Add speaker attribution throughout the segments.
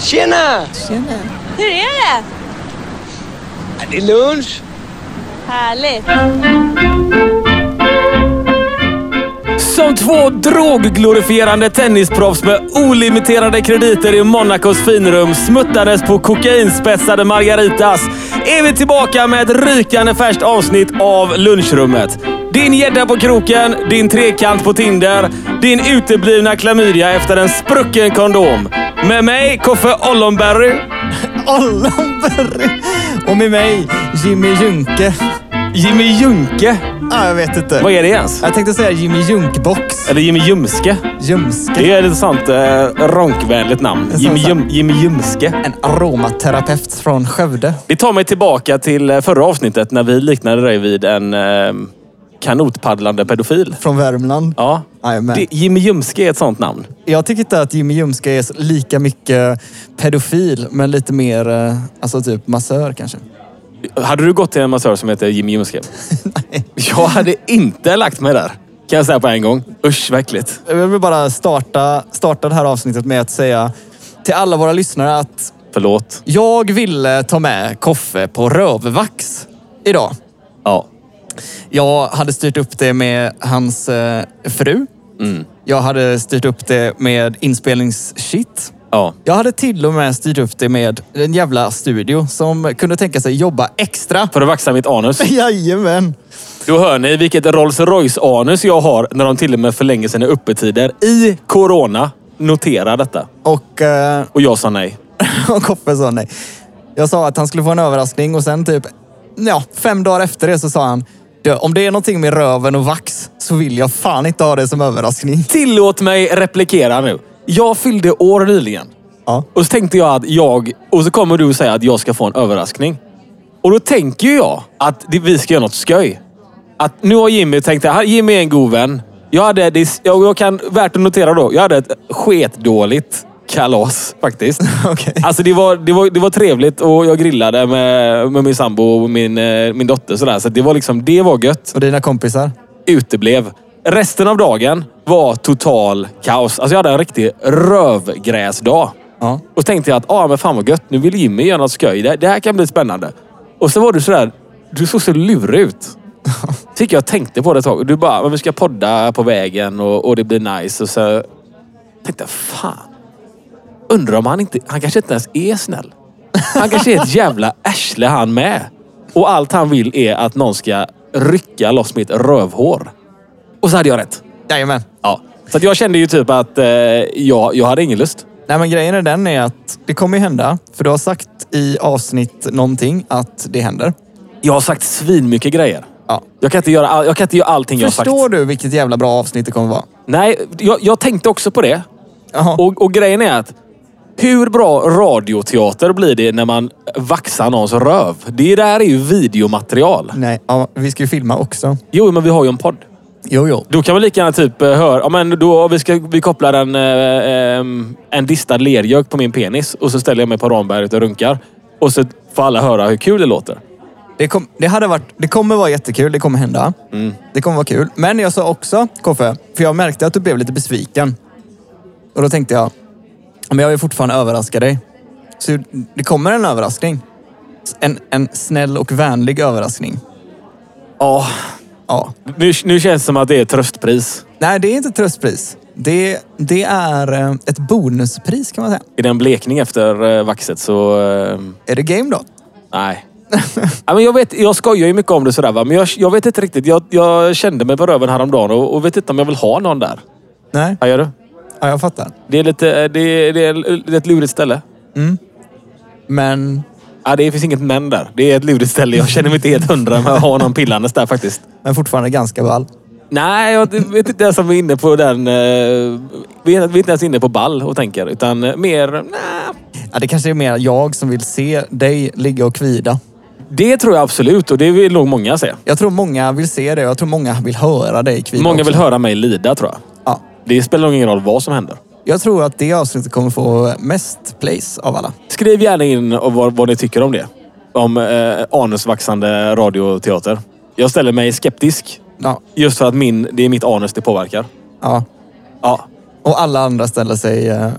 Speaker 1: Tjena!
Speaker 2: Tjena.
Speaker 3: Hur är det?
Speaker 1: Det är lunch.
Speaker 3: Härligt.
Speaker 4: Som två drogglorifierande tennisproffs med olimiterade krediter i Monacos finrum smuttades på kokainspetsade margaritas är vi tillbaka med ett rykande färskt avsnitt av lunchrummet. Din gädda på kroken, din trekant på Tinder, din uteblivna klamydia efter en sprucken kondom. Med mig, Koffe Ollonberry.
Speaker 2: Ollonberg. Och med mig, Jimmy Junke.
Speaker 4: Jimmy Junke.
Speaker 2: Ja, jag vet inte.
Speaker 4: Vad är det ens?
Speaker 2: Jag tänkte säga Jimmy Junkbox.
Speaker 4: Eller Jimmy Ljumske.
Speaker 2: Ljumske.
Speaker 4: Det är ett sånt eh, ronkvänligt namn.
Speaker 2: En sån
Speaker 4: Jimmy,
Speaker 2: sån.
Speaker 4: Ljum, Jimmy Ljumske.
Speaker 2: En aromaterapeut från Skövde.
Speaker 4: Det tar mig tillbaka till eh, förra avsnittet när vi liknade dig vid en eh, kanotpaddlande pedofil.
Speaker 2: Från Värmland.
Speaker 4: Ja.
Speaker 2: Jajamän.
Speaker 4: Det, Jimmy Ljumske är ett sånt namn.
Speaker 2: Jag tycker inte att Jimmy Ljumske är så- lika mycket pedofil, men lite mer eh, alltså typ massör kanske.
Speaker 4: Hade du gått till en massör som heter Jimmy Ljumske?
Speaker 2: Nej.
Speaker 4: Jag hade inte lagt mig där. Kan jag säga på en gång. Usch, vad äckligt.
Speaker 2: Jag vill bara starta, starta det här avsnittet med att säga till alla våra lyssnare att
Speaker 4: Förlåt.
Speaker 2: jag ville ta med Koffe på rövvax idag.
Speaker 4: Ja.
Speaker 2: Jag hade styrt upp det med hans eh, fru. Jag hade styrt upp det med inspelningsshit.
Speaker 4: Ja.
Speaker 2: Jag hade till och med styrt upp det med en jävla studio som kunde tänka sig jobba extra.
Speaker 4: För att vaxa mitt anus.
Speaker 2: Jajamän!
Speaker 4: Då hör ni vilket Rolls Royce-anus jag har när de till och med förlänger sina öppettider i corona. Notera detta.
Speaker 2: Och, eh,
Speaker 4: Och jag sa nej.
Speaker 2: och Koffe sa nej. Jag sa att han skulle få en överraskning och sen typ ja, fem dagar efter det så sa han "Du, om det är någonting med röven och vax så vill jag fan inte ha det som överraskning.
Speaker 4: Tillåt mig replikera nu. Jag fyllde år nyligen.
Speaker 2: Ja.
Speaker 4: Och så tänkte jag att jag... Och så kommer du säga att jag ska få en överraskning. Och då tänker ju jag att det- vi ska göra något skoj. Att nu har Jimmy tänkt att Jimmy är en god vän. Jag hade... det- Jag, jag kan... Värt att notera då. Jag hade ett sketdåligt kalas faktiskt.
Speaker 2: Okej.
Speaker 4: Alltså det var, det, var, det var trevligt och jag grillade med, med min sambo och min, eh, min dotter. Sådär. Så det var liksom... Det var gött
Speaker 2: Och dina kompisar?
Speaker 4: uteblev. Resten av dagen var total kaos. Alltså jag hade en riktig rövgräsdag.
Speaker 2: Ja.
Speaker 4: Och så tänkte jag att, ah, men fan vad gött, nu vill Jimmy göra något skoj. Det, det här kan bli spännande. Och så var du sådär, du såg så lurig ut. Tycker jag tänkte på det ett tag. Du bara, men vi ska podda på vägen och, och det blir nice. Och så tänkte jag, fan. Undrar om han inte, han kanske inte ens är snäll. Han kanske är ett jävla arsle han med. Och allt han vill är att någon ska rycka loss mitt rövhår. Och så hade jag rätt.
Speaker 2: Jajamän.
Speaker 4: Ja. Så att jag kände ju typ att eh, jag, jag hade ingen lust.
Speaker 2: Nej men grejen är den är att det kommer ju hända. För du har sagt i avsnitt någonting att det händer.
Speaker 4: Jag har sagt svinmycket grejer.
Speaker 2: Ja.
Speaker 4: Jag kan inte göra, all, jag kan inte göra allting jag har sagt.
Speaker 2: Förstår du vilket jävla bra avsnitt det kommer vara?
Speaker 4: Nej, jag, jag tänkte också på det.
Speaker 2: Jaha.
Speaker 4: Och, och grejen är att hur bra radioteater blir det när man vaxar någons röv? Det där är ju videomaterial.
Speaker 2: Nej, ja, vi ska ju filma också.
Speaker 4: Jo, men vi har ju en podd.
Speaker 2: Jo, jo.
Speaker 4: Då kan man lika gärna typ eh, höra... Ja, men då vi, ska, vi kopplar en, eh, ehm, en distad lergök på min penis och så ställer jag mig på ramberget och runkar. Och så får alla höra hur kul det låter.
Speaker 2: Det, kom, det, hade varit, det kommer vara jättekul, det kommer hända. Det kommer vara kul. Men jag sa också, Koffe, för jag märkte att du blev lite besviken. Och då tänkte jag, men jag vill fortfarande överraska dig. Så det kommer en överraskning. En, en snäll och vänlig överraskning.
Speaker 4: Ja,
Speaker 2: Ja.
Speaker 4: nu, nu känns det som att det är ett tröstpris.
Speaker 2: Nej, det är inte ett tröstpris. Det, det är eh, ett bonuspris kan man säga.
Speaker 4: Är det en blekning efter eh, vaxet så... ehm,
Speaker 2: Är det game då?
Speaker 4: Nej. ja, men jag, vet, jag skojar ju mycket om det sådär va, men jag, jag vet inte riktigt. Jag, jag kände mig på röven häromdagen och, och vet inte om jag vill ha någon där.
Speaker 2: Nej,
Speaker 4: Vad gör du?
Speaker 2: ja, jag fattar.
Speaker 4: Det är, lite, eh, det, är, det, är, det är ett lurigt ställe.
Speaker 2: Men
Speaker 4: Ja, det finns inget men där. Det är ett lurigt ställe. Jag känner mig inte helt hundra med att ha någon pillandes där faktiskt.
Speaker 2: Men fortfarande ganska ball.
Speaker 4: Nej, jag vet inte ens om vi är inne på den... eh, Vi är vi är inte ens inne på ball och tänker. Utan eh, mer... Nej.
Speaker 2: Ja, det kanske är mer jag som vill se dig ligga och kvida.
Speaker 4: Det tror jag absolut och det vill nog många se.
Speaker 2: Jag tror många vill se det och jag tror många vill höra dig kvida.
Speaker 4: Många
Speaker 2: också.
Speaker 4: vill höra mig lida tror jag.
Speaker 2: Ja.
Speaker 4: Det spelar nog ingen roll vad som händer.
Speaker 2: Jag tror att det avsnittet kommer få mest plays av alla.
Speaker 4: Skriv gärna in och vad, vad ni tycker om det. Om eh, anusvaxande radioteater. Jag ställer mig skeptisk.
Speaker 2: Ja.
Speaker 4: Just för att min, det är mitt anus det påverkar.
Speaker 2: ja.
Speaker 4: Ja.
Speaker 2: Och alla andra ställer sig eh, eh,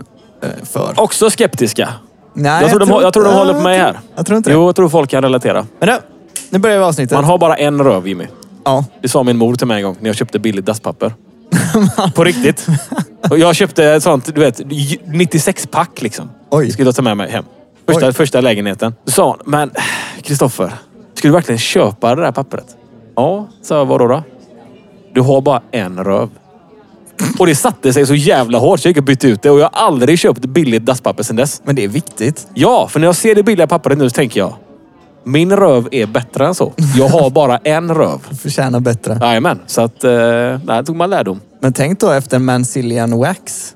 Speaker 2: för.
Speaker 4: Också skeptiska.
Speaker 2: Nej,
Speaker 4: jag, tror de, hå- jag tror de
Speaker 2: inte-
Speaker 4: håller på mig här.
Speaker 2: Jag tror inte det.
Speaker 4: Jo, jag tror folk kan relatera.
Speaker 2: Men nu, nu börjar vi avsnittet.
Speaker 4: Man har bara en röv, Jimmy.
Speaker 2: Ja.
Speaker 4: Det sa min mor till mig en gång när jag köpte billigt dasspapper. På riktigt. Och jag köpte ett sånt, du vet, 96-pack liksom.
Speaker 2: Oj.
Speaker 4: Skulle jag ta med mig hem. Första,
Speaker 2: Oj.
Speaker 4: första lägenheten. Då sa hon, men Kristoffer, ska du verkligen köpa det där pappret? Ja, sa jag. Vadå då? Du har bara en röv. Och det satte sig så jävla hårt så jag gick och bytte ut det. Och jag har aldrig köpt billigt dasspapper sedan dess.
Speaker 2: Men det är viktigt.
Speaker 4: Ja, för när jag ser det billiga pappret nu så tänker jag, min röv är bättre än så. Jag har bara en röv.
Speaker 2: Förtjänar bättre.
Speaker 4: Jajamän, så att eh, där tog man lärdom.
Speaker 2: Men tänk då efter Mancillian Wax.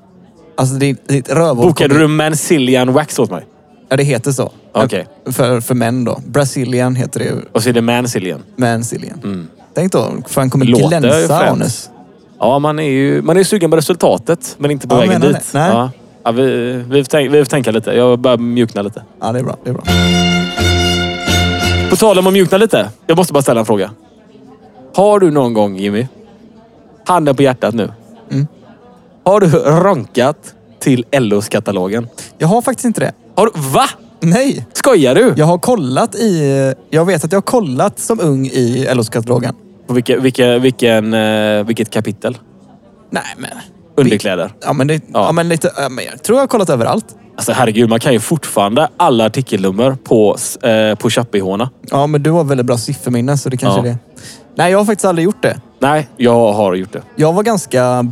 Speaker 2: Alltså ditt, ditt rövhål...
Speaker 4: Bokade du Mancillian Wax åt mig?
Speaker 2: Ja, det heter så.
Speaker 4: Okej.
Speaker 2: För, för män då. Brazilian heter det ju.
Speaker 4: Och så är det Mancillian.
Speaker 2: Mancillian. Tänk då, för han kommer
Speaker 4: Mm. Låter ju
Speaker 2: glänsa
Speaker 4: fränt.
Speaker 2: Anus.
Speaker 4: Ja, man är ju man är ju sugen på resultatet, men inte på
Speaker 2: Ja,
Speaker 4: vägen
Speaker 2: menar
Speaker 4: dit.
Speaker 2: det. Nej.
Speaker 4: Ja. Ja, vi, vi, får tänka, vi får tänka lite. Jag börjar mjukna lite.
Speaker 2: Ja, det är bra. Det är bra.
Speaker 4: På tal om att mjukna lite. Jag måste bara ställa en fråga. Har du någon gång, Jimmy, handen på hjärtat nu.
Speaker 2: Mm.
Speaker 4: Har du ronkat till LOs-katalogen?
Speaker 2: Jag har faktiskt inte det.
Speaker 4: Har du, va?
Speaker 2: Nej!
Speaker 4: Skojar du?
Speaker 2: Jag har kollat i... Jag vet att jag har kollat som ung i LO-katalogen.
Speaker 4: På vilka, vilka, vilken, eh, vilket kapitel?
Speaker 2: Nej, men...
Speaker 4: Underkläder.
Speaker 2: Ja, men, det, ja. men lite... Ja, men jag tror jag har kollat överallt.
Speaker 4: Alltså herregud, man kan ju fortfarande alla artikelnummer på, eh, på Chappihåna.
Speaker 2: Ja, men du har väldigt bra sifferminne, så det kanske
Speaker 4: Ja.
Speaker 2: är det. Nej, jag har faktiskt aldrig gjort det.
Speaker 4: Nej, jag har gjort det.
Speaker 2: Jag var ganska...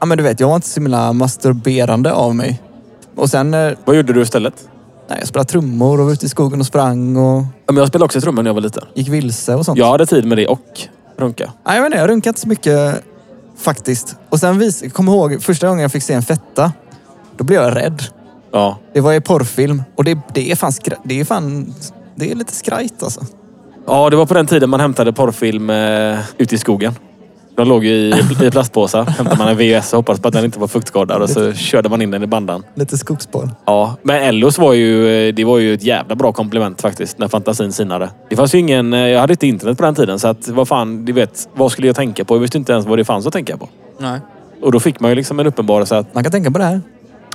Speaker 2: Ja, men du vet, jag var inte så himla masturberande av mig. Och sen... eh,
Speaker 4: Vad gjorde du istället?
Speaker 2: Nej, jag spelade trummor och var ute i skogen och sprang och
Speaker 4: Ja, men jag spelade också trummor när jag var liten.
Speaker 2: gick vilse och sånt.
Speaker 4: Jag hade tid med det och runka.
Speaker 2: Nej, jag vet inte, jag runkade inte så mycket faktiskt. Och sen vis, jag kommer ihåg första gången jag fick se en fetta. Då blev jag rädd.
Speaker 4: Ja.
Speaker 2: Det var i porrfilm och det, det är fan skra, Det är fan... Det är lite skrajt alltså.
Speaker 4: ja, det var på den tiden man hämtade porrfilm eh, ute i skogen. De låg ju i, i plastpåsar. Hämtade man en VHS och hoppades på att den inte var fuktskadad och så körde man in den i bandan.
Speaker 2: Lite skogsporr.
Speaker 4: Ja, men Ellos var ju, eh, det var ju ett jävla bra komplement faktiskt när fantasin sinade. Det fanns ju ingen, eh, jag hade inte internet på den tiden så att vad fan, du vet, vad skulle jag tänka på? Jag visste inte ens vad det fanns att tänka på.
Speaker 2: Nej.
Speaker 4: Och då fick man ju liksom en uppenbarelse att,
Speaker 2: Man kan tänka på det här.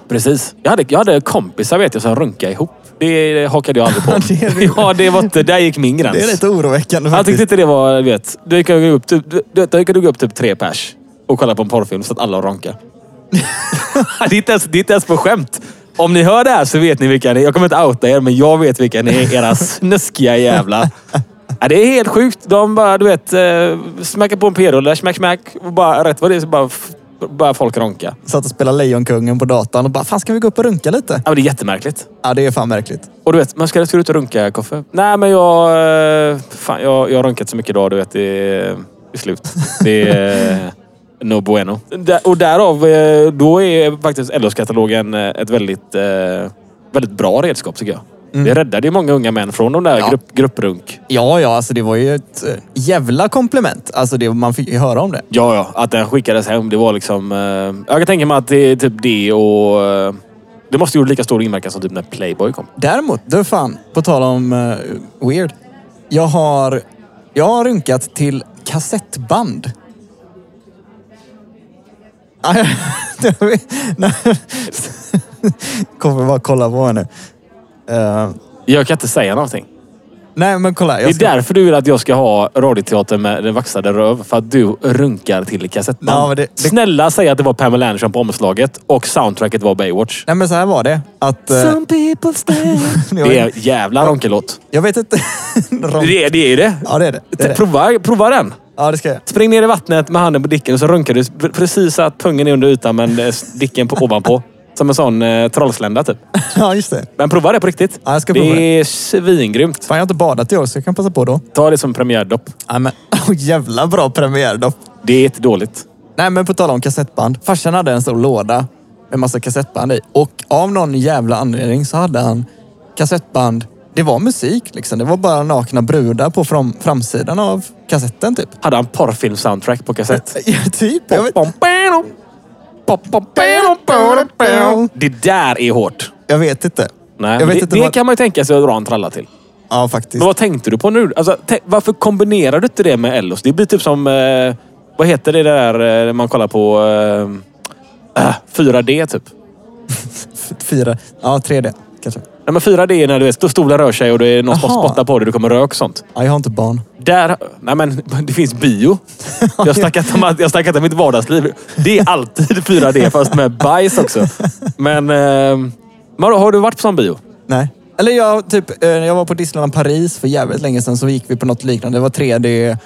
Speaker 4: precis. Jag hade, jag hade kompisar vet jag som runkade ihop. Det hakade jag aldrig på.
Speaker 2: Det är det.
Speaker 4: ja, det var inte, där gick min gräns.
Speaker 2: Det är lite oroväckande
Speaker 4: Han
Speaker 2: faktiskt.
Speaker 4: tyckte inte det var, du vet, då gick jag upp, typ, du vet, då gick jag upp typ tre pers och kollade på en porrfilm så att alla ronkade. det, är inte ens, det är inte ens på skämt. Om ni hör det här så vet ni vilka ni är. Jag kommer inte outa er, men jag vet vilka ni är. Era snuskiga jävlar. Ja, det är helt sjukt. De bara, du vet, eh, smackar på en p-rulle, smack, smack. Och bara rätt vad det är så bara, f- bara folk ronka.
Speaker 2: Satt och spelade Lejonkungen på datan och bara, fan ska vi gå upp och runka lite?
Speaker 4: Ja, men det är jättemärkligt.
Speaker 2: Ja, det är fan märkligt.
Speaker 4: Och du vet, men ska, ska du ut och runka, Koffe? Nej, men jag... eh, Fan, jag, jag har runkat så mycket idag, du vet. Det är, det är slut. Det är eh, no bueno. Där- Och därav, eh, då är faktiskt LOS-katalogen eh, ett väldigt, eh, väldigt bra redskap, tycker jag. Det räddade ju många unga män från de där
Speaker 2: Ja.
Speaker 4: grupp, grupprunk.
Speaker 2: Ja, ja, alltså det var ju ett eh, jävla komplement. Alltså det, man fick ju höra om det.
Speaker 4: Ja, ja. Att den skickades hem, det var liksom... Eh, jag kan tänka mig att det är typ det och... Eh, det måste ju ha gjort lika stor inverkan som typ när Playboy kom.
Speaker 2: Däremot, du fan, på tal om eh, weird. Jag har, jag har runkat till kassettband. Ah, Aj, jag vet- nej. Kommer bara kolla på mig nu. Eh,
Speaker 4: Jag kan inte säga någonting.
Speaker 2: nej, men kolla.
Speaker 4: Det
Speaker 2: Jag
Speaker 4: är därför du vill att jag ska ha radioteater med den vaxade röv. För att du runkar till kassettband.
Speaker 2: Ja, men det- det-
Speaker 4: Snälla säg att det var Pamela Anderson på omslaget och soundtracket var Baywatch.
Speaker 2: Nej, men så här var det. Att, eh,
Speaker 4: Some people stay. Det är en jävla ronkelåt.
Speaker 2: jag vet inte. Rom-
Speaker 4: Det är, det är ju det.
Speaker 2: ja, det är det. det, är det.
Speaker 4: Prova, prova den.
Speaker 2: Ja, det ska jag.
Speaker 4: Spring ner i vattnet med handen på dicken och så runkar du pr- precis så att pungen är under ytan men eh, dicken på, ovanpå. Som en sån eh, trollslända typ.
Speaker 2: Ja, just det.
Speaker 4: Men prova det på riktigt.
Speaker 2: Ja, jag ska prova
Speaker 4: det är svingrymt.
Speaker 2: Fan, jag har inte badat i år så jag kan passa på då.
Speaker 4: Ta det som premiärdopp.
Speaker 2: Nej, men oh, jävla bra premiär då.
Speaker 4: Det är inte dåligt.
Speaker 2: Nej, men på tal om kassettband. Farsan hade en stor låda med massa kassettband i. Och av någon jävla anledning så hade han kassettband. Det var musik liksom. Det var bara nakna brudar på fram, framsidan av kassetten typ.
Speaker 4: Hade han porrfilm-soundtrack på kassett?
Speaker 2: Ja, typ. Jag vet,
Speaker 4: Det där är hårt.
Speaker 2: jag vet inte.
Speaker 4: Nej,
Speaker 2: jag vet
Speaker 4: det,
Speaker 2: inte
Speaker 4: det
Speaker 2: vad...
Speaker 4: kan man ju tänka sig att dra en tralla till.
Speaker 2: Ja, faktiskt.
Speaker 4: Men vad tänkte du på nu? Alltså, tä- varför kombinerar du inte det med Ellos? Det blir typ som... Eh, vad heter det där eh, man kollar på... Eh, äh, ah, 4D typ.
Speaker 2: Fyra, ja 3D kanske.
Speaker 4: Nej, men 4D är när du vet, då stolar rör sig och det är någon som
Speaker 2: Jaha.
Speaker 4: spottar på dig. Du kommer rök och sånt.
Speaker 2: Ja, jag har inte barn.
Speaker 4: Där... Nej men, det finns bio. Jag snackar om, jag snackar inte om mitt vardagsliv. Det är alltid 4D, fast med bajs också. Men... Eh, Maro, har du varit på sån bio?
Speaker 2: Nej. Eller jag, typ, eh, jag var på Disneyland Paris för jävligt länge sedan så gick vi på något liknande. Det var 3D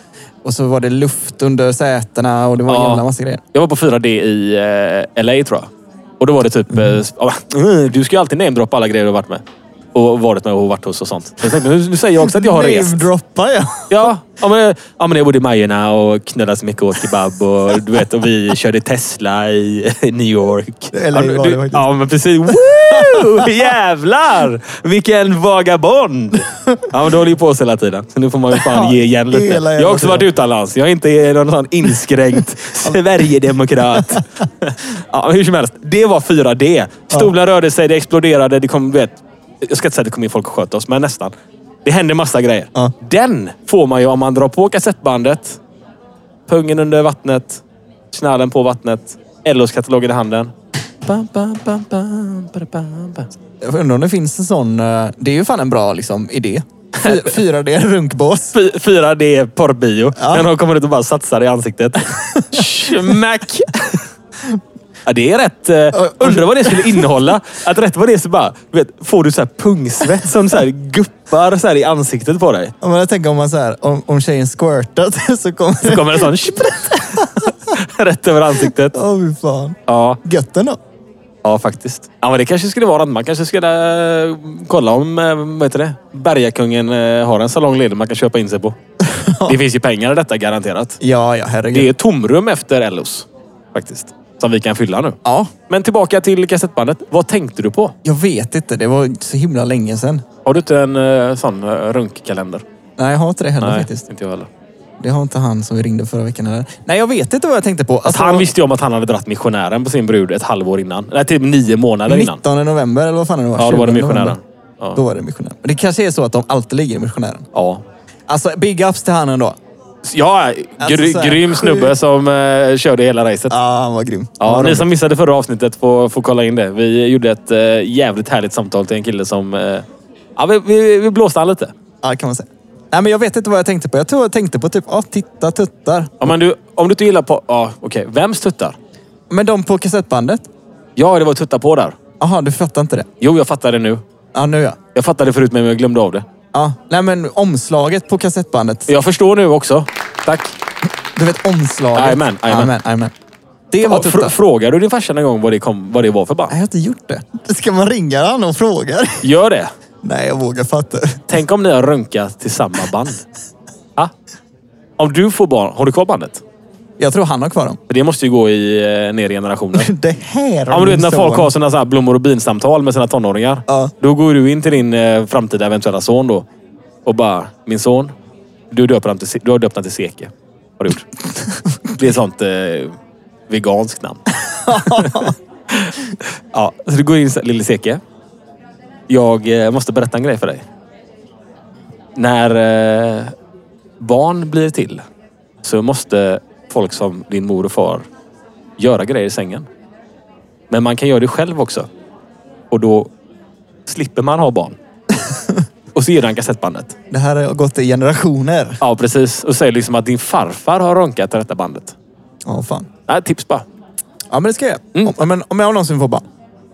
Speaker 2: och så var det luft under sätena och det var en
Speaker 4: Ja.
Speaker 2: jävla massa grejer.
Speaker 4: Jag var på 4D i eh, LA tror jag. Och då var det typ... eh, ja, mm. Du ska ju alltid namedroppa alla grejer du har varit med. Och varit med och varit hos och sånt. Jag tänkte, nu, nu säger jag också att jag har rest.
Speaker 2: Namedroppar jag?
Speaker 4: Ja, ja, men, ja, men jag bodde i Majorna och knöllade så mycket åt kebab. Och, du vet, och vi körde Tesla i, i New York.
Speaker 2: Eller
Speaker 4: ja,
Speaker 2: var det faktiskt.
Speaker 4: ja, men precis. Woo! Jävlar! Vilken vagabond! Ja, men du håller ju på oss hela tiden. Så nu får man ju fan ge igen lite.
Speaker 2: Hela
Speaker 4: Jag
Speaker 2: jävla
Speaker 4: har också varit
Speaker 2: tiden.
Speaker 4: utomlands. Jag är inte någon sån inskränkt Sverigedemokrat. Ja, men hur som helst, det var 4D. Stolar rörde sig, det exploderade, det kom... du Vet, jag ska inte säga att det kom in folk och sköt oss, men nästan. Det hände massa grejer.
Speaker 2: Ja.
Speaker 4: Den får man ju om man drar på kassettbandet, pungen under vattnet, snallen på vattnet, LOs-katalogen i handen. Bam, bam, bam, bam, ba, bam, bam.
Speaker 2: Jag undrar om det finns en sån... eh, Det är ju fan en bra liksom, idé. Fy- 4D runkbås.
Speaker 4: Fy- 4D porrbio.
Speaker 2: Ja.
Speaker 4: När de kommer ut och bara satsar i ansiktet. Schmack! Ja, det är rätt... Eh, undrar vad det skulle innehålla. Att rätt vad det är så bara... Du vet, får du så här pungsvett som så här guppar så här i ansiktet på dig.
Speaker 2: Om jag tänker om man så här, om, om tjejen squirtat så kommer
Speaker 4: Så
Speaker 2: det...
Speaker 4: kommer en sån... sprätt. rätt över ansiktet.
Speaker 2: Åh fy fan.
Speaker 4: Ja,
Speaker 2: Gött ändå.
Speaker 4: ja faktiskt. Ja, men det kanske skulle vara något. Man kanske skulle eh, kolla om... eh, Vad heter det? Bergakungen eh, har en salong ledig man kan köpa in sig på. Det finns ju pengar i detta garanterat.
Speaker 2: Ja, ja
Speaker 4: Det
Speaker 2: herregud.
Speaker 4: är tomrum efter Ellos. Faktiskt. Som vi kan fylla nu.
Speaker 2: Ja,
Speaker 4: Men tillbaka till kassettbandet. Vad tänkte du på?
Speaker 2: jag vet inte. Det var så himla länge sedan.
Speaker 4: Har du inte en eh, sån eh, runkkalender?
Speaker 2: Nej, jag har inte det heller
Speaker 4: Nej,
Speaker 2: faktiskt.
Speaker 4: inte jag heller.
Speaker 2: Det har inte han som vi ringde förra veckan heller. Nej, jag vet inte vad jag tänkte på. Alltså,
Speaker 4: Han visste ju om att han hade dratt missionären på sin brud ett halvår innan. Nej, typ nio månader innan.
Speaker 2: 19 november eller vad fan det var.
Speaker 4: Ja, då var det
Speaker 2: 20 november.
Speaker 4: missionären.
Speaker 2: Då
Speaker 4: Ja.
Speaker 2: var det missionären. Men det kanske är så att de alltid ligger i missionären.
Speaker 4: ja.
Speaker 2: Alltså, big ups till han ändå.
Speaker 4: Ja, gry,
Speaker 2: Alltså, så här,
Speaker 4: grym
Speaker 2: sjukt.
Speaker 4: snubbe som eh, körde hela racet.
Speaker 2: Ja, han var grym. Han
Speaker 4: Ja,
Speaker 2: var
Speaker 4: ni
Speaker 2: rolig.
Speaker 4: som missade förra avsnittet får, får kolla in det. Vi gjorde ett eh, jävligt härligt samtal till en kille som... Eh, ja, vi, vi, vi blåste han lite.
Speaker 2: Ja, kan man säga. Nej, men jag vet inte vad jag tänkte på. Jag tror jag tänkte på typ, ja, titta tuttar.
Speaker 4: Ja, men du, om du inte gillar på... Ja, okej. Vems tuttar?
Speaker 2: Men de på kassettbandet?
Speaker 4: Ja, det var tutta på där.
Speaker 2: Jaha, du fattar inte det?
Speaker 4: Jo, jag fattar det nu.
Speaker 2: Ja, nu ja.
Speaker 4: Jag fattade förut, men jag glömde av det.
Speaker 2: Ja, nej men omslaget på kassettbandet.
Speaker 4: Jag förstår nu också. Tack.
Speaker 2: Du vet omslaget?
Speaker 4: Jajamän, jajamän.
Speaker 2: Jajamän, jajamän. Det var
Speaker 4: Fr
Speaker 2: tuttar.
Speaker 4: frågar du din farsa någon gång vad det, kom, vad det var för band?
Speaker 2: Nej, jag har inte gjort det. Ska man ringa han och fråga?
Speaker 4: Gör det.
Speaker 2: Nej, jag vågar fatta.
Speaker 4: Tänk om ni har röntgat till samma band. Ha? Om du får barn, har du kvar bandet?
Speaker 2: Jag tror han har kvar dem.
Speaker 4: För Det måste ju gå i, eh, ner i generationer.
Speaker 2: Det
Speaker 4: Ja,
Speaker 2: här
Speaker 4: men du vet
Speaker 2: min
Speaker 4: när folk
Speaker 2: son.
Speaker 4: har såna så här blommor och bin-samtal med sina tonåringar.
Speaker 2: Ja.
Speaker 4: Då går du in till din eh, framtida eventuella son då och bara, min son, du, döper han till, Se- du har döpt han till Seke. Har du gjort. Det är ett sånt eh, veganskt namn. ja, så du går in så här, lille Seke. Jag eh, måste berätta en grej för dig. När eh, barn blir till så måste folk som din mor och far göra grejer i sängen. Men man kan göra det själv också. Och då slipper man ha barn. och så ger han kassettbandet.
Speaker 2: Det här har gått i generationer.
Speaker 4: Ja, precis. Och säger liksom att din farfar har ronkat till detta bandet.
Speaker 2: Ja, fan.
Speaker 4: Nej, tips bara.
Speaker 2: Ja, men det ska jag
Speaker 4: Mm.
Speaker 2: om, men om jag någonsin får barn.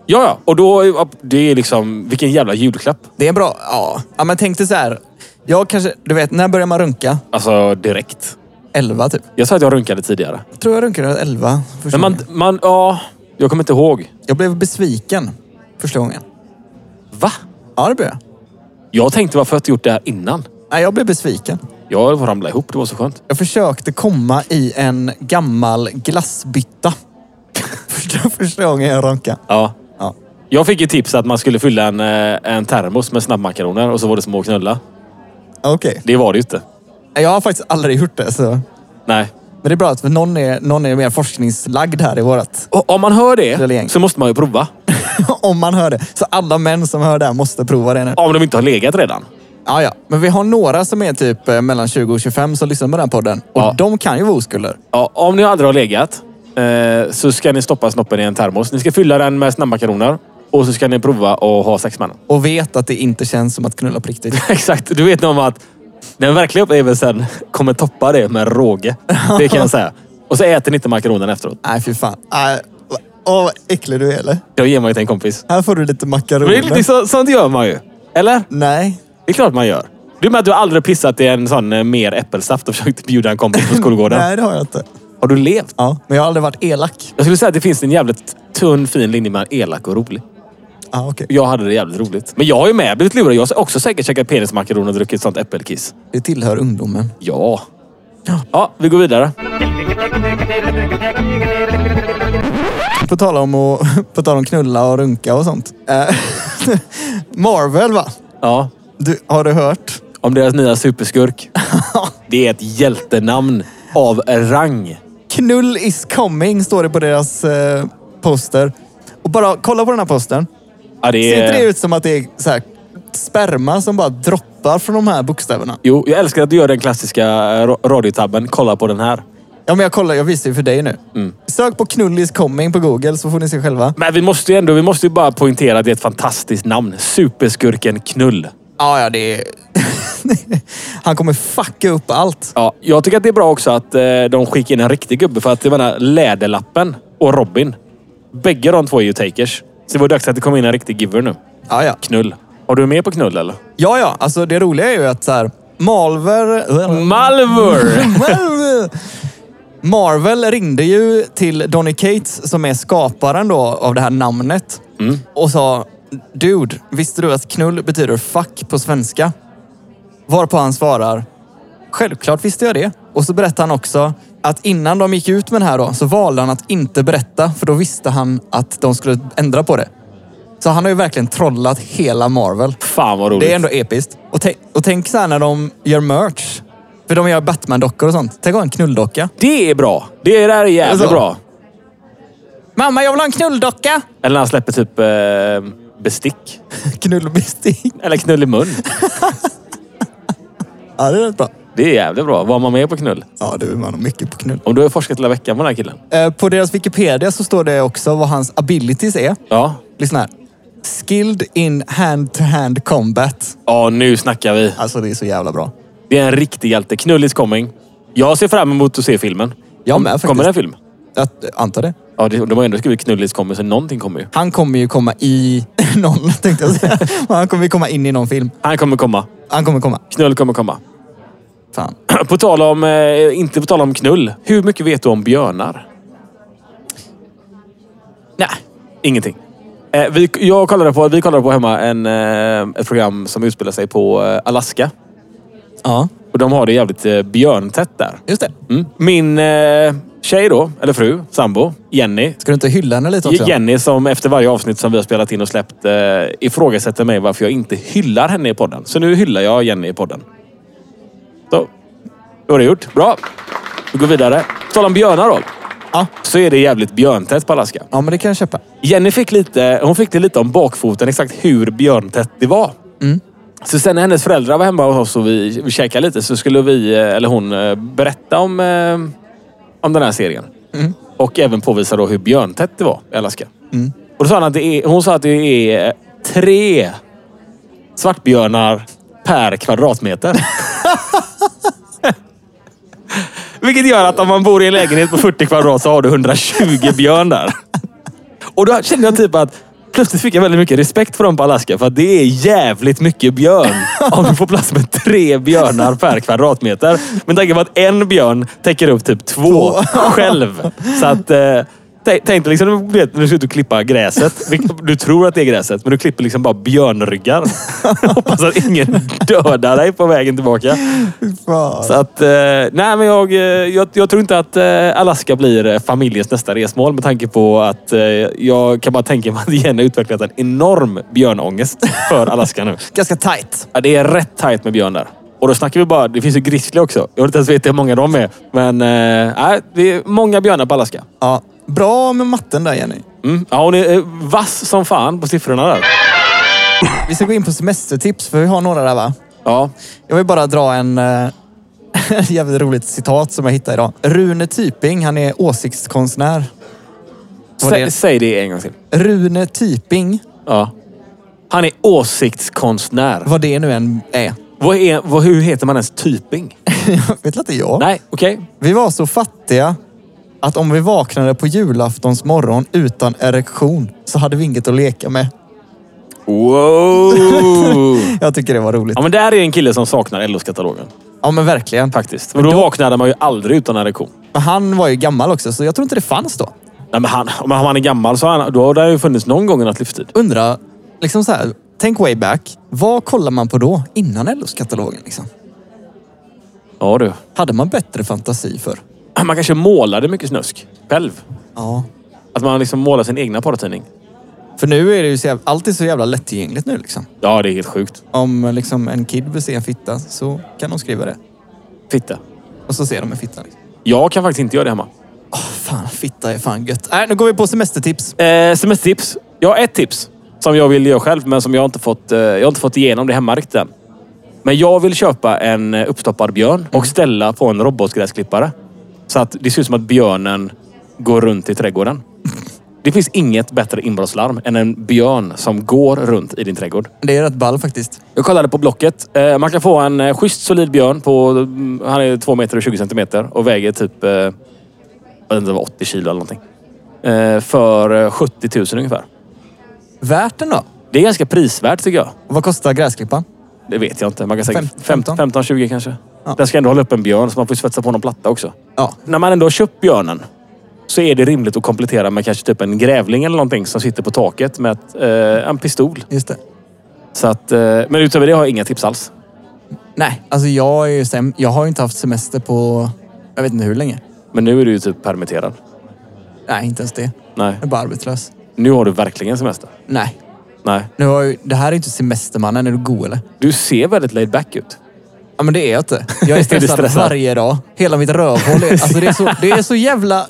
Speaker 4: Ja, ja. Och då... Det är liksom... Vilken jävla julklapp.
Speaker 2: Det är bra. Ja, ja men tänk dig så här. Jag kanske, du vet, när börjar man runka?
Speaker 4: Alltså direkt.
Speaker 2: 11 typ.
Speaker 4: Jag sa att jag runkade tidigare.
Speaker 2: Jag tror jag runkade när jag var 11 första
Speaker 4: Men man...
Speaker 2: gången.
Speaker 4: man ja, jag kommer inte ihåg.
Speaker 2: Jag blev besviken första gången.
Speaker 4: Va?
Speaker 2: Ja, det blev jag.
Speaker 4: Jag tänkte varför har jag inte gjort det här innan?
Speaker 2: Nej, jag blev besviken.
Speaker 4: Jag ramlade ihop. Det var så skönt.
Speaker 2: Jag försökte komma i en gammal glassbytta. första, första gången jag runkade.
Speaker 4: Ja.
Speaker 2: Ja.
Speaker 4: Jag fick ju tips att man skulle fylla en, eh, en termos med snabbmakaroner och så var det små knulla.
Speaker 2: Okej.
Speaker 4: Det var det ju inte.
Speaker 2: Jag har faktiskt aldrig gjort det. Så.
Speaker 4: Nej.
Speaker 2: Men det är bra att någon är, någon är mer forskningslagd här i vårat.
Speaker 4: Och om man hör
Speaker 2: Lilla gäng.
Speaker 4: det så måste man ju prova.
Speaker 2: Om man hör det. Så alla män som hör det här måste prova det nu.
Speaker 4: Om de inte har legat redan.
Speaker 2: Ja, ja. Men vi har några som är typ eh, mellan 20 och 25 som lyssnar på den här podden. Och
Speaker 4: Ja.
Speaker 2: de kan ju vara oskulder.
Speaker 4: Ja, om ni aldrig har legat eh, så ska ni stoppa snoppen i en termos. Ni ska fylla den med snabbmakaroner och så ska ni prova att ha sex med den.
Speaker 2: Och vet att det inte känns som att knulla på riktigt.
Speaker 4: Exakt. Du vet nog om att den verkliga upplevelsen kommer toppa det med råge. Det kan jag säga. Och så äter ni inte makaronen efteråt.
Speaker 2: Nej, fy fan. Nej. Åh, vad äcklig du är eller?
Speaker 4: Då ger man ju till en kompis.
Speaker 2: Här får du lite
Speaker 4: Men det
Speaker 2: makaroner.
Speaker 4: är lite så, sånt gör man ju. Eller?
Speaker 2: Nej.
Speaker 4: Det är klart man gör. Du med att du aldrig pissat i en sån eh, mer äppelsaft och försökt bjuda en kompis på skolgården.
Speaker 2: Nej, det har jag inte.
Speaker 4: Har du levt?
Speaker 2: Ja, men jag har aldrig varit elak.
Speaker 4: Jag skulle säga att det finns en jävligt tunn fin linje mellan elak och rolig.
Speaker 2: Ja, okej.
Speaker 4: Jag hade det jävligt roligt. Men jag har ju med blivit lurad. Jag har också säkert käkat penismakaroner och druckit sånt äppelkiss.
Speaker 2: Det tillhör ungdomen.
Speaker 4: Ja. Ja, vi går vidare.
Speaker 2: På tal om, att, på tal om knulla och runka och sånt. Eh, Marvel va?
Speaker 4: Ja.
Speaker 2: Du, har du hört?
Speaker 4: Om deras nya superskurk. Det är ett hjältenamn av rang.
Speaker 2: Knull is coming står det på deras eh, poster. Och bara kolla på den här postern.
Speaker 4: Ja, det
Speaker 2: Ser inte det
Speaker 4: är...
Speaker 2: ut som att det är så här, sperma som bara droppar från de här bokstäverna?
Speaker 4: Jo, jag älskar att du gör den klassiska eh, ra- radiotabben. Kolla på den här.
Speaker 2: Ja, men jag kollar. Jag visar ju för dig nu. Sök på knull is coming på Google så får ni se själva.
Speaker 4: Men vi måste ju ändå vi måste ju bara poängtera att det är ett fantastiskt namn. Superskurken Knull.
Speaker 2: Ja, ja, det är... Han kommer fucka upp allt.
Speaker 4: Ja, jag tycker att det är bra också att eh, de skickar in en riktig gubbe. För att jag menar, Läderlappen och Robin. Bägge de två är ju takers. Så det var dags att det kom in en riktig giver nu.
Speaker 2: Ja, ja.
Speaker 4: Knull. Har du med på knull eller?
Speaker 2: Ja, ja. Alltså det roliga är ju att så här, Malver...
Speaker 4: Malvor!
Speaker 2: Marvel- Marvel ringde ju till Donny Cates som är skaparen då av det här namnet och sa Dude, visste du att knull betyder fuck på svenska? Varpå han svarar Självklart visste jag det. Och så berättar han också att innan de gick ut med det här då, så valde han att inte berätta för då visste han att de skulle ändra på det. Så han har ju verkligen trollat hela Marvel.
Speaker 4: Fan vad roligt.
Speaker 2: Det är ändå episkt. Och, tänk- och tänk så här när de gör merch. För de gör Batman-dockor och sånt. Tänk att ha en knulldocka.
Speaker 4: Det är bra. Det där är jävligt
Speaker 2: Alltså.
Speaker 4: bra.
Speaker 2: Mamma, jag vill ha en knulldocka!
Speaker 4: Eller när han släpper typ eh, bestick.
Speaker 2: Knullbestick.
Speaker 4: Eller knull i mun.
Speaker 2: Ja, det är rätt bra.
Speaker 4: Det är jävligt bra. Var man med på knull?
Speaker 2: Ja, du, man har mycket på knull.
Speaker 4: Om du har forskat hela veckan med den här killen.
Speaker 2: Eh, på deras Wikipedia så står det också vad hans abilities är.
Speaker 4: Ja.
Speaker 2: Lyssna här. Skilled in hand-to-hand combat.
Speaker 4: Ja, nu snackar vi.
Speaker 2: Alltså, det är så jävla bra.
Speaker 4: Det är en riktig hjälte. Knull is coming. Jag ser fram emot att se filmen.
Speaker 2: Jag med faktiskt.
Speaker 4: Kommer det en film?
Speaker 2: Jag antar det.
Speaker 4: Ja, det, de har ju ändå skrivit knull is coming, så någonting kommer ju.
Speaker 2: Han kommer ju komma i någon, tänkte jag säga. Men Han kommer ju komma in i någon film.
Speaker 4: Han kommer komma.
Speaker 2: Han kommer komma.
Speaker 4: Knull kommer komma.
Speaker 2: Fan.
Speaker 4: På tal om... Eh, inte på tal om knull. Hur mycket vet du om björnar? Nej, ingenting. Eh, vi, jag kollade på, vi kollade på hemma en, eh, ett program som utspelar sig på eh, Alaska.
Speaker 2: Ja,
Speaker 4: Och de har det jävligt eh, björntätt där.
Speaker 2: just det.
Speaker 4: Mm. Min eh, tjej då, eller fru, sambo, Jenny.
Speaker 2: Ska du inte hylla henne lite också?
Speaker 4: Jenny som efter varje avsnitt som vi har spelat in och släppt eh, ifrågasätter mig varför jag inte hyllar henne i podden. Så nu hyllar jag Jenny i podden. Så, då är det gjort. Bra. Vi går vidare. På tal om björnar då.
Speaker 2: Ja.
Speaker 4: Så är det jävligt björntätt på Alaska.
Speaker 2: Ja, men det kan jag köpa.
Speaker 4: Jenny fick lite, hon fick det lite om bakfoten, exakt hur björntätt det var. Så sen när hennes föräldrar var hemma hos oss och vi, vi käkade lite så skulle vi, eh, eller hon, eh, berätta om, eh, om den här serien. Och även påvisa då hur björntätt det var i Alaska. Och då sa han att det är, hon sa att det är eh, tre svartbjörnar per kvadratmeter. Vilket gör att om man bor i en lägenhet på 40 kvadrat så har du 120 björn där. Och då kände jag typ att plötsligt fick jag väldigt mycket respekt för dem på Alaska. För att det är jävligt mycket björn. Om du får plats med tre björnar per kvadratmeter. Men tanke på att en björn täcker upp typ två själv. Så att... Eh, tänk- Tänk dig liksom, du vet, när du ska ut och klippa gräset. vilket- Du tror att det är gräset, men du klipper liksom bara björnryggar. Hoppas att ingen dödar dig på vägen tillbaka. Så att, eh, nej men jag, eh, jag, jag tror inte att eh, Alaska blir eh, familjens nästa resmål med tanke på att eh, jag kan bara tänka mig att Jenny har utvecklat en enorm björnångest för Alaska nu.
Speaker 2: Ganska tight.
Speaker 4: Ja, det är rätt tajt med björn där. Och då snackar vi bara, det finns ju grizzly också. Jag vet inte ens veta hur många de är. Men eh, nej, det är många björnar på Alaska.
Speaker 2: Ja. Bra med matten där Jenny.
Speaker 4: Mm. Ja, hon är eh, vass som fan på siffrorna där.
Speaker 2: Vi ska gå in på semestertips för vi har några där va?
Speaker 4: Ja,
Speaker 2: Jag vill bara dra en, eh, ett jävligt roligt citat som jag hittade idag. Rune Typing, han är åsiktskonstnär. Vad
Speaker 4: Sä,
Speaker 2: det-
Speaker 4: säg det en gång till.
Speaker 2: Rune Typing,
Speaker 4: Ja. Han är åsiktskonstnär.
Speaker 2: vad det nu än är.
Speaker 4: Vad är, vad, hur heter man ens typing?
Speaker 2: Vet inte jag?
Speaker 4: Nej, okej.
Speaker 2: Vi var så fattiga att om vi vaknade på julaftons morgon utan erektion så hade vi inget att leka med.
Speaker 4: Wow!
Speaker 2: Jag tycker det var roligt.
Speaker 4: ja, men där är en kille som saknar LOs-katalogen.
Speaker 2: Ja men verkligen.
Speaker 4: Faktiskt. Men då, vaknade man ju aldrig utan erektion.
Speaker 2: Men han var ju gammal också så jag tror inte det fanns då.
Speaker 4: Nej, men han, om han är gammal så har han, då har det ju funnits någon gång i hans livstid.
Speaker 2: Undra, liksom så här, tänk way back. Vad kollar man på då? Innan LOs-katalogen liksom.
Speaker 4: Ja du.
Speaker 2: Hade man bättre fantasi för?
Speaker 4: Man kanske målade mycket snusk. Själv.
Speaker 2: Ja.
Speaker 4: Att man liksom målar sin egna porrtidning.
Speaker 2: För nu är det ju så jävla, allt är så jävla lättillgängligt nu liksom.
Speaker 4: Ja, det är helt sjukt.
Speaker 2: Om eh, liksom en kid vill se en fitta så kan de skriva det.
Speaker 4: Fitta.
Speaker 2: Och så ser de en fitta. Liksom.
Speaker 4: Jag kan faktiskt inte göra det hemma.
Speaker 2: Åh, fan, fitta är fan gött. Nej, nu går vi på semestertips.
Speaker 4: Eh, semestertips. Jag har ett tips som jag vill göra själv, men som jag inte fått, eh, jag har inte fått igenom det hemma riktigt än. Men jag vill köpa en eh, uppstoppad björn och ställa på en robotgräsklippare. Så att det ser ut som att björnen går runt i trädgården. Det finns inget bättre inbrottslarm än en björn som går runt i din trädgård.
Speaker 2: Det är rätt ball faktiskt.
Speaker 4: Jag kollade på Blocket. Eh, man kan få en eh, schysst solid björn på... mm, Han är 2 meter och 20 centimeter och väger typ... Eh, jag vet inte, det var 80 kilo eller någonting. Eh, för eh, 70 000 ungefär.
Speaker 2: Värt den då?
Speaker 4: Det är ganska prisvärt tycker jag.
Speaker 2: Vad kostar gräsklippan?
Speaker 4: Det vet jag inte. Man kan
Speaker 2: Fem-
Speaker 4: säkert...
Speaker 2: femton?
Speaker 4: 15-20 kanske.
Speaker 2: Ja.
Speaker 4: Den ska ändå hålla upp en björn så man får ju svetsa på någon platta också.
Speaker 2: Ja.
Speaker 4: När man ändå har köpt björnen så är det rimligt att komplettera med kanske typ en grävling eller någonting som sitter på taket med ett, eh, en pistol.
Speaker 2: Just det.
Speaker 4: Så att, eh, men utöver det har jag inga tips alls.
Speaker 2: Nej, alltså jag är ju säm- Jag har ju inte haft semester på... Jag vet inte hur länge.
Speaker 4: Men nu är du ju typ permitterad.
Speaker 2: Nej, inte ens det.
Speaker 4: Nej.
Speaker 2: Jag är bara arbetslös.
Speaker 4: Nu har du verkligen semester.
Speaker 2: Nej.
Speaker 4: Nej.
Speaker 2: Nu har jag, ju- det här är ju inte semestermannen. Är du god eller?
Speaker 4: Du ser väldigt laid back ut.
Speaker 2: Ja, men det är jag inte. Jag är
Speaker 4: Är du
Speaker 2: stressad,
Speaker 4: stressad?
Speaker 2: varje dag. Hela mitt rövhål är... Alltså det är så, det är så jävla...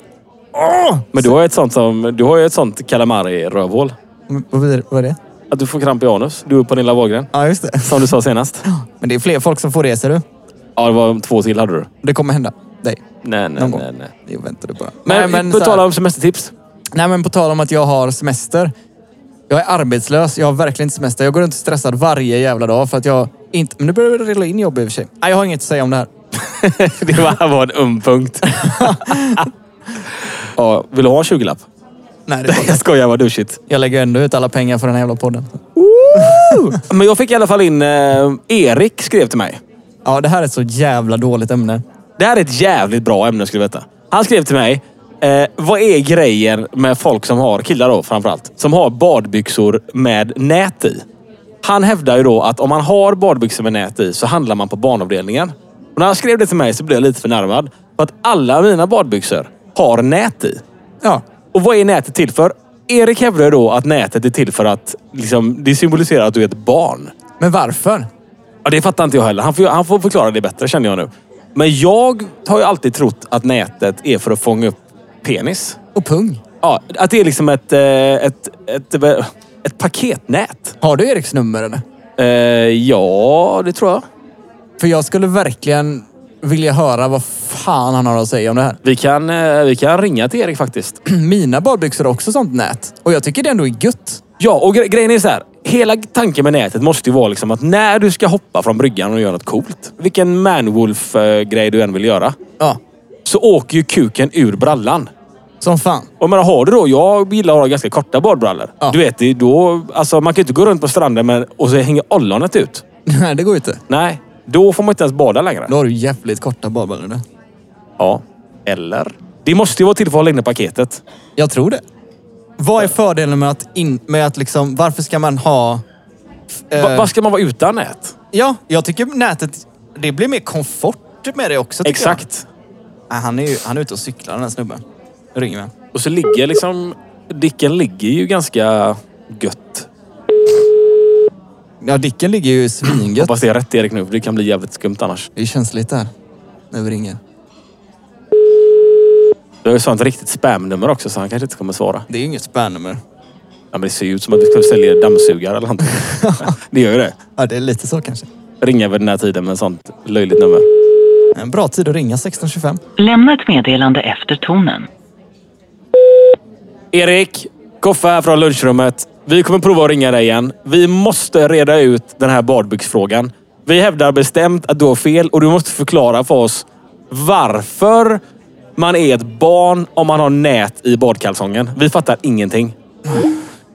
Speaker 4: Men du har ju ett sånt som... Du har ju ett sånt kalamari-rövhål.
Speaker 2: Men Vad blir vad är det?
Speaker 4: Att du får kramp i anus. Du är Pernilla Wahlgren.
Speaker 2: Ja, just det.
Speaker 4: Som du sa senast.
Speaker 2: Men det är fler folk som får det, ser du.
Speaker 4: Ja, det var två till hade du.
Speaker 2: Det kommer hända dig.
Speaker 4: Nej, nej,
Speaker 2: Någon gång.
Speaker 4: nej. nej.
Speaker 2: Jo, vänta du bara.
Speaker 4: Men, men på
Speaker 2: så här-
Speaker 4: tal om semestertips.
Speaker 2: Nej, men på tal om att jag har semester. Jag är arbetslös. Jag har verkligen inte semester. Jag går runt stressad varje jävla dag för att jag inte... Men nu börjar det rulla in jobb i och för sig. Nej, jag har inget att säga om det här.
Speaker 4: Det var, var en öm punkt. ja, vill du ha en 20-lapp?
Speaker 2: Nej, det är bara...
Speaker 4: Jag skojar, vad duschigt.
Speaker 2: Jag lägger ändå ut alla pengar för den här jävla podden.
Speaker 4: Men jag fick i alla fall in... Eh, Erik skrev till mig.
Speaker 2: Ja, det här är ett så jävla dåligt ämne.
Speaker 4: Det här är ett jävligt bra ämne skulle du veta. Han skrev till mig. Eh, vad är grejen med folk som har, killar då framförallt, som har badbyxor med nät i? Han hävdar ju då att om man har badbyxor med nät i så handlar man på barnavdelningen. Och när han skrev det till mig så blev jag lite förnärmad. För att alla mina badbyxor har nät i.
Speaker 2: Ja,
Speaker 4: Och vad är nätet till för? Erik hävdar ju då att nätet är till för att liksom, det symboliserar att du är ett barn.
Speaker 2: men varför?
Speaker 4: Ja, det fattar inte jag heller. Han får, han får förklara det bättre känner jag nu. Men jag har ju alltid trott att nätet är för att fånga upp penis.
Speaker 2: Och pung.
Speaker 4: Ja, att det är liksom ett, eh, ett, ett, eh, ett, paketnät.
Speaker 2: Har du Eriks nummer eller?
Speaker 4: Eh, ja, det tror jag.
Speaker 2: För jag skulle verkligen vilja höra vad fan han har att säga om det här.
Speaker 4: Vi kan, eh, vi kan ringa till Erik faktiskt.
Speaker 2: Mina badbyxor har också sånt nät. Och jag tycker det ändå är gött.
Speaker 4: Ja, och gre- grejen är så här. Hela tanken med nätet måste ju vara liksom att när du ska hoppa från bryggan och göra något coolt. Vilken manwolf-grej du än vill göra.
Speaker 2: Ja,
Speaker 4: Så åker ju kuken ur brallan.
Speaker 2: som fan.
Speaker 4: Och men har du då, jag gillar att ha ganska korta badbrallor.
Speaker 2: Ja.
Speaker 4: Du vet, det är då, alltså, man kan ju inte gå runt på stranden men, och så hänger ollonet ut.
Speaker 2: Nej, det går ju inte.
Speaker 4: Nej, då får man inte ens bada längre.
Speaker 2: Då har du jävligt korta badbrallor. där.
Speaker 4: Ja, eller? Det måste ju vara till för att hålla inne paketet.
Speaker 2: Jag tror det. Vad är fördelen med att, in, med att liksom, varför ska man ha... eh,
Speaker 4: Va, vad ska man vara utan nät?
Speaker 2: Ja, jag tycker nätet, det blir mer komfort med det också. tycker
Speaker 4: Exakt.
Speaker 2: Jag. Nej, Han är ju han är ute och cyklar den här snubben. Nu ringer vi.
Speaker 4: Och så ligger liksom... Dicken ligger ju ganska gött.
Speaker 2: Ja, Dicken ligger ju svingött.
Speaker 4: Hoppas det är rätt Erik nu, för det kan bli jävligt skumt annars.
Speaker 2: Det är känsligt där. När vi ringer.
Speaker 4: Det är ju sånt riktigt spamnummer också så han kanske inte kommer svara.
Speaker 2: Det är ju inget spärrnummer.
Speaker 4: Ja, men det ser ju ut som att vi ska sälja dammsugare eller någonting. det gör ju det.
Speaker 2: Ja, det är lite så kanske.
Speaker 4: ringa vid den här tiden med ett sånt löjligt nummer.
Speaker 2: En bra tid att ringa 16.25.
Speaker 5: Lämna ett meddelande efter tonen.
Speaker 4: Erik, Koffe här från lunchrummet. Vi kommer prova att ringa dig igen. Vi måste reda ut den här badbyxfrågan. Vi hävdar bestämt att du har fel och du måste förklara för oss varför man är ett barn om man har nät i badkalsongen. Vi fattar ingenting.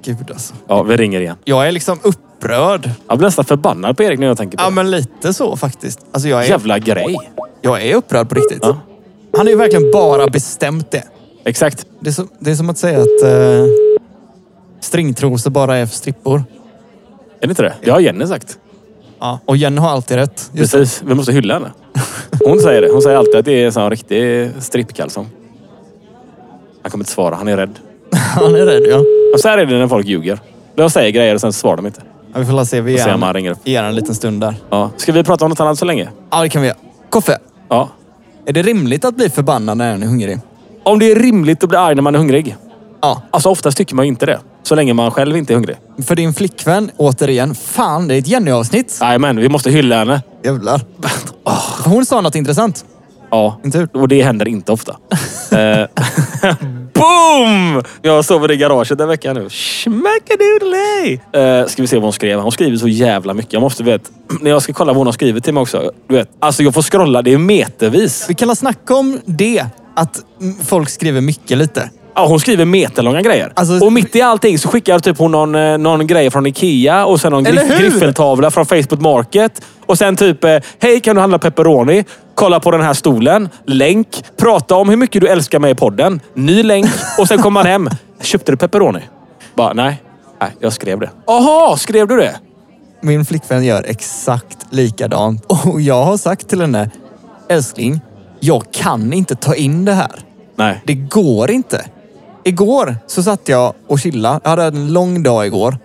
Speaker 2: Gud alltså.
Speaker 4: Ja, vi ringer igen.
Speaker 2: Jag är liksom upprörd.
Speaker 4: Jag blir nästan förbannad på Erik när jag tänker på
Speaker 2: Ja,
Speaker 4: det.
Speaker 2: men lite så faktiskt. Alltså jag är,
Speaker 4: Jävla grej.
Speaker 2: jag är upprörd på riktigt.
Speaker 4: Ja.
Speaker 2: Han är ju verkligen bara bestämt det.
Speaker 4: Exakt.
Speaker 2: Det är, som- det är som att säga att eh, stringtrosor bara är för strippor.
Speaker 4: Är det inte det? Det har Jenny sagt.
Speaker 2: Ja. Och Jenny har alltid rätt. Just
Speaker 4: Precis. Vi måste hylla henne. Hon säger det. Hon säger alltid att det är en sån riktig strippkalsong. Han kommer inte svara. Han är rädd.
Speaker 2: Han är rädd, ja.
Speaker 4: Och så här är det när folk ljuger. De säger grejer och sen svarar de inte.
Speaker 2: ja vi får la se. Vi
Speaker 4: se
Speaker 2: ger
Speaker 4: om han ringer
Speaker 2: en,
Speaker 4: upp.
Speaker 2: ger en liten stund där.
Speaker 4: Ja. Ska vi prata om något annat så länge?
Speaker 2: Ja, det kan vi göra. Koffe,
Speaker 4: Ja.
Speaker 2: är det rimligt att bli förbannad när man är hungrig?
Speaker 4: Om det är rimligt att bli arg när man är hungrig.
Speaker 2: Ja,
Speaker 4: Alltså oftast tycker man ju inte det. Så länge man själv inte är hungrig.
Speaker 2: för din flickvän, återigen. Fan, det är ett Jenny-avsnitt.
Speaker 4: Nej men vi måste hylla henne.
Speaker 2: Jävlar. Hon sa något intressant.
Speaker 4: Ja.
Speaker 2: Inte hur?
Speaker 4: Och det händer inte ofta. Eh, Boom! Jag sover i garaget en vecka nu. Schmackadoodley! Uh, ska vi se vad hon skrev. Hon skriver så jävla mycket. Jag måste vet, när jag ska kolla vad hon har skrivit till mig också. Du vet, alltså jag får scrolla. Det är metervis.
Speaker 2: Vi kan la snacka om det. Att mm, folk skriver mycket lite.
Speaker 4: Ja, hon skriver meterlånga grejer.
Speaker 2: Alltså-
Speaker 4: och mitt i allting så skickar typ hon någon, eh, någon grej från Ikea och sen någon
Speaker 2: Eller
Speaker 4: griff,
Speaker 2: hur?
Speaker 4: griffeltavla från Facebook Market. Och sen typ, eh, hej kan du handla pepperoni? Kolla på den här stolen. Länk. Prata om hur mycket du älskar mig i podden. Ny länk. Och sen kommer man hem. Köpte du pepperoni? Bara, nej. Nej, jag skrev det. Aha, skrev du det?
Speaker 2: Min flickvän gör exakt likadant. Och jag har sagt till henne, älskling, jag kan inte ta in det här.
Speaker 4: Nej.
Speaker 2: Det går inte. Igår så satt jag och chillade. Jag hade en lång dag igår.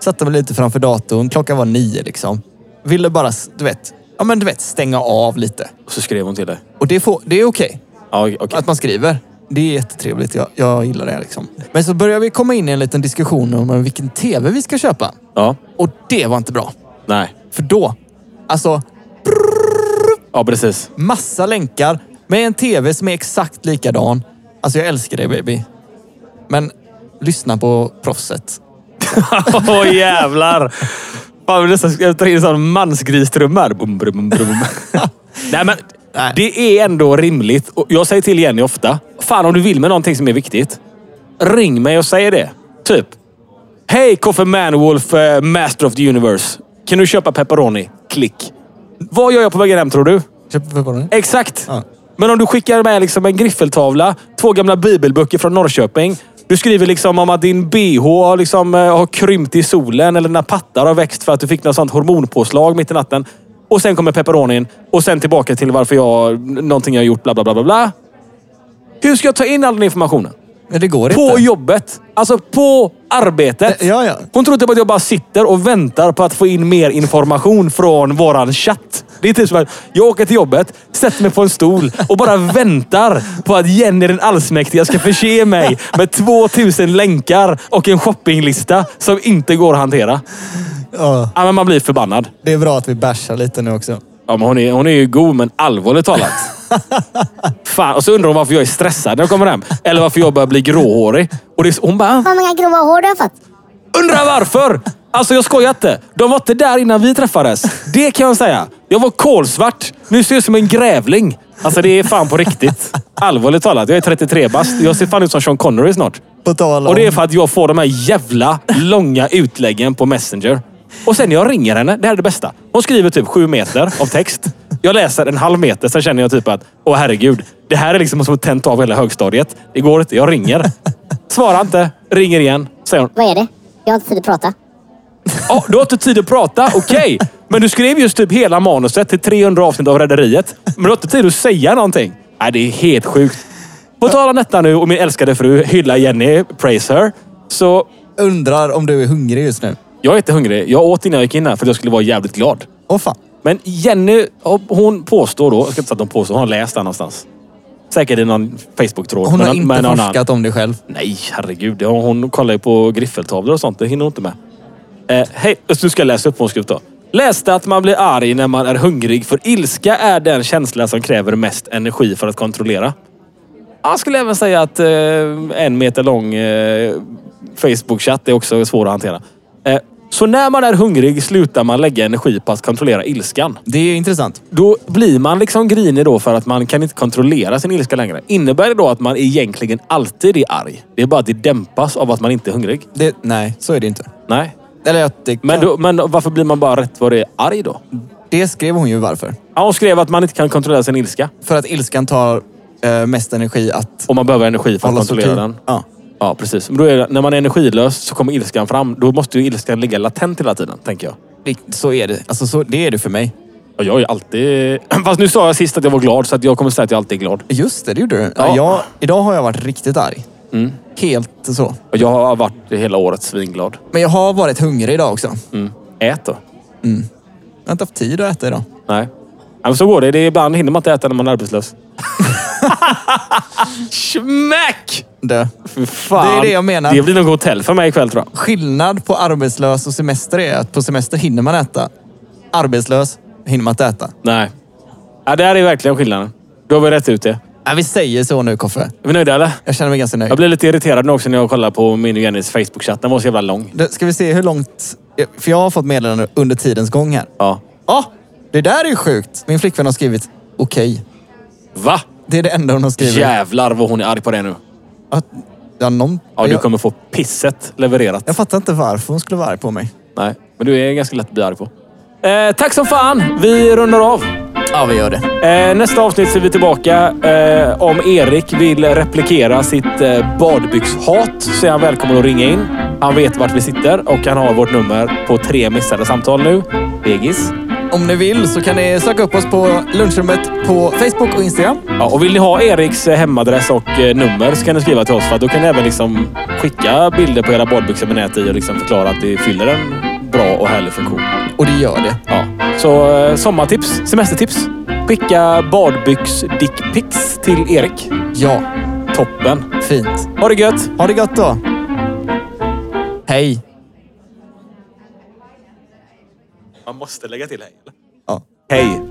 Speaker 2: Satte mig lite framför datorn. Klockan var nio liksom. Ville bara, du vet, ja, men du vet stänga av lite.
Speaker 4: Och så skrev hon till dig.
Speaker 2: Och det, får, det är okej
Speaker 4: Ja, okej.
Speaker 2: att man skriver. Det är jättetrevligt. Jag, jag gillar det. Liksom. Men så börjar vi komma in i en liten diskussion om vilken tv vi ska köpa.
Speaker 4: Ja.
Speaker 2: Och det var inte bra.
Speaker 4: Nej.
Speaker 2: För då, alltså
Speaker 4: Ja, precis.
Speaker 2: massa länkar med en tv som är exakt likadan. Alltså jag älskar dig baby. Men lyssna på proffset.
Speaker 4: Åh jävlar! Fan, men nästan ska jag ta in en sån mansgristrumma. här. Bum, brum, bum, brum. Nej, men
Speaker 2: Nej.
Speaker 4: det är ändå rimligt. Och jag säger till Jenny ofta. Fan, om du vill med någonting som är viktigt. Ring mig och säg det. Typ. Hej Koffe Manwolf, eh, Master of the Universe. Kan du köpa pepperoni? Klick. Vad gör jag på vägen hem tror du?
Speaker 2: Köper pepperoni?
Speaker 4: Exakt.
Speaker 2: Ja.
Speaker 4: Men om du skickar med liksom en griffeltavla, två gamla bibelböcker från Norrköping. Du skriver liksom om att din bh har liksom, eh, har krympt i solen eller dina pattar har växt för att du fick något sånt hormonpåslag mitt i natten. Och sen kommer pepperonin och sen tillbaka till varför jag, någonting jag har gjort, bla bla bla bla bla. Hur ska jag ta in all den informationen?
Speaker 2: Nej, det går
Speaker 4: På
Speaker 2: inte.
Speaker 4: jobbet. Alltså på arbetet.
Speaker 2: Ja, ja.
Speaker 4: Hon tror inte på att jag bara sitter och väntar på att få in mer information från våran chatt. Det är typ som att jag åker till jobbet, sätter mig på en stol och bara väntar på att Jenny den allsmäktiga ska förse mig med 2000 länkar och en shoppinglista som inte går att hantera.
Speaker 2: Ja,
Speaker 4: Ja, men man blir förbannad.
Speaker 2: det är bra att vi bashar lite nu också.
Speaker 4: Ja, men hon, är, hon är ju god, men allvarligt talat. Fan, och så undrar hon varför jag är stressad när jag kommer hem. Eller varför jag börjar bli gråhårig. Och det är, så- hon bara, "Ah."
Speaker 6: Hur många grova hår du har fått?
Speaker 4: Undrar varför? Alltså jag skojar inte. De var inte där innan vi träffades. Det kan jag säga. Jag var kolsvart. Nu ser jag ut som en grävling. Alltså det är fan på riktigt. Allvarligt talat. Jag är 33 bast. Jag ser fan ut som Sean Connery snart.
Speaker 2: På tal om...
Speaker 4: Och det är för att jag får de här jävla långa utläggen på Messenger. Och sen när jag ringer henne, det här är det bästa. Hon skriver typ sju meter av text. Jag läser en halv meter, sen känner jag typ att åh herregud. Det här är liksom som att tenta av hela högstadiet. Det går inte, jag ringer. Svarar inte, ringer igen. Säger hon,
Speaker 6: Vad är det? Jag har inte tid att prata.
Speaker 4: Ja, du har inte tid att prata, okej. Men du skrev just typ hela manuset till 300 avsnitt av Rederiet. Men du har inte tid att säga någonting. Nej, det är helt sjukt. På tal om detta nu och min älskade fru, hylla Jenny, praise her. Så
Speaker 2: Undrar om du är hungrig just nu.
Speaker 4: jag är inte hungrig. Jag åt innan jag gick in här för att jag skulle vara jävligt glad.
Speaker 2: Åh fan.
Speaker 4: Men Jenny, hon påstår då, jag ska inte säga att hon påstår, hon har läst det här någonstans. Säkert i någon Facebook-tråd.
Speaker 2: Hon
Speaker 4: med
Speaker 2: har
Speaker 4: någon- med
Speaker 2: inte
Speaker 4: någon annan.
Speaker 2: forskat om dig själv.
Speaker 4: Nej, herregud. Hon, hon kollar ju på griffeltavlor och sånt. Det hinner hon inte med. Eh, hej, nu ska jag läsa upp vad hon skrivit då. Läste att man blir arg när man är hungrig för ilska är den känsla som kräver mest energi för att kontrollera. Jag skulle även säga att eh, en meter lång eh, Facebook-chatt är också svår att hantera. Eh, så när man är hungrig slutar man lägga energi på att kontrollera ilskan.
Speaker 2: Det är ju intressant.
Speaker 4: Då blir man liksom grinig då för att man kan inte kontrollera sin ilska längre. Innebär det då att man egentligen alltid är arg? Det är bara att det dämpas av att man inte är hungrig?
Speaker 2: Det, nej, så är det inte.
Speaker 4: Nej.
Speaker 2: Eller att det,
Speaker 4: Men, då, men varför blir man bara rätt vad det är arg då?
Speaker 2: det skrev hon ju varför.
Speaker 4: Ja, hon skrev att man inte kan kontrollera sin ilska.
Speaker 2: För att ilskan tar eh, mest energi att
Speaker 4: Och man behöver energi för att
Speaker 2: hålla
Speaker 4: kontrollera
Speaker 2: sorti-
Speaker 4: den.
Speaker 2: Ja.
Speaker 4: Ja, precis. Men då är det, när man är energilös så kommer ilskan fram. Då måste ju ilskan ligga latent hela tiden, tänker jag.
Speaker 2: Det- Så är det. Alltså, så, det är det för mig.
Speaker 4: Och jag är alltid... Fast nu sa jag sist att jag var glad, så att jag kommer säga att jag alltid är glad.
Speaker 2: Just det, det gjorde du.
Speaker 4: Ja. Mm.
Speaker 2: Ja. Jag, idag har jag varit riktigt arg. Helt så.
Speaker 4: Och jag har varit hela året svinglad.
Speaker 2: Men jag har varit hungrig idag också.
Speaker 4: Mm. Ät då.
Speaker 2: Jag har inte haft tid att äta idag.
Speaker 4: Nej. Ja, men så går det. det är, ibland hinner man inte äta när man är arbetslös. Smäck!
Speaker 2: Dö.
Speaker 4: Fy fan.
Speaker 2: Det är det jag menar.
Speaker 4: Det blir nog hotell för mig ikväll tror jag.
Speaker 2: Skillnad på arbetslös och semester är att på semester hinner man äta. Arbetslös hinner man inte äta.
Speaker 4: Nej. Ja, det här är verkligen skillnaden. Då har vi rätt ut det.
Speaker 2: Ja, vi säger så nu, Koffe.
Speaker 4: Är vi nöjda eller?
Speaker 2: Jag känner mig ganska nöjd.
Speaker 4: Jag blir lite irriterad nu också när jag kollar på min och Jennys Facebook-chatt. Den var så jävla lång.
Speaker 2: Det- Ska vi se hur långt... För jag har fått meddelanden under tidens gång här.
Speaker 4: Ja.
Speaker 2: Ja, det där är ju sjukt. Min flickvän har skrivit okej.
Speaker 4: Va?
Speaker 2: Det är det enda hon har skrivit.
Speaker 4: Jävlar vad hon är arg på det nu.
Speaker 2: Att, ja, någon,
Speaker 4: Ja, du
Speaker 2: jag,
Speaker 4: kommer få pisset levererat.
Speaker 2: jag fattar inte varför hon skulle vara arg på mig.
Speaker 4: Nej, men du är ganska lätt att bli arg på. Eh, tack som fan! Vi rundar av.
Speaker 2: Ja, vi gör det.
Speaker 4: Eh, nästa avsnitt så är vi tillbaka. Eh, om Erik vill replikera sitt eh, badbyxhat så är han välkommen att ringa in. Han vet vart vi sitter och han har vårt nummer på tre missade samtal nu. Vegis.
Speaker 2: Om ni vill så kan ni söka upp oss på lunchrummet på Facebook och Instagram.
Speaker 4: Ja, och vill ni ha Eriks eh, hemadress och eh, nummer så kan ni skriva till oss. För att då kan ni även liksom skicka bilder på era badbyxor med nät i och liksom förklara att det fyller en bra och härlig funktion.
Speaker 2: Och det gör det.
Speaker 4: Ja. Så eh, sommartips, semestertips. Skicka badbyx-dickpics till Erik.
Speaker 2: Ja,
Speaker 4: Toppen.
Speaker 2: fint.
Speaker 4: Ha det gött!
Speaker 2: Ha det gott då. Hej.
Speaker 4: Man måste lägga till hej eller?
Speaker 2: Ja.
Speaker 4: Hej!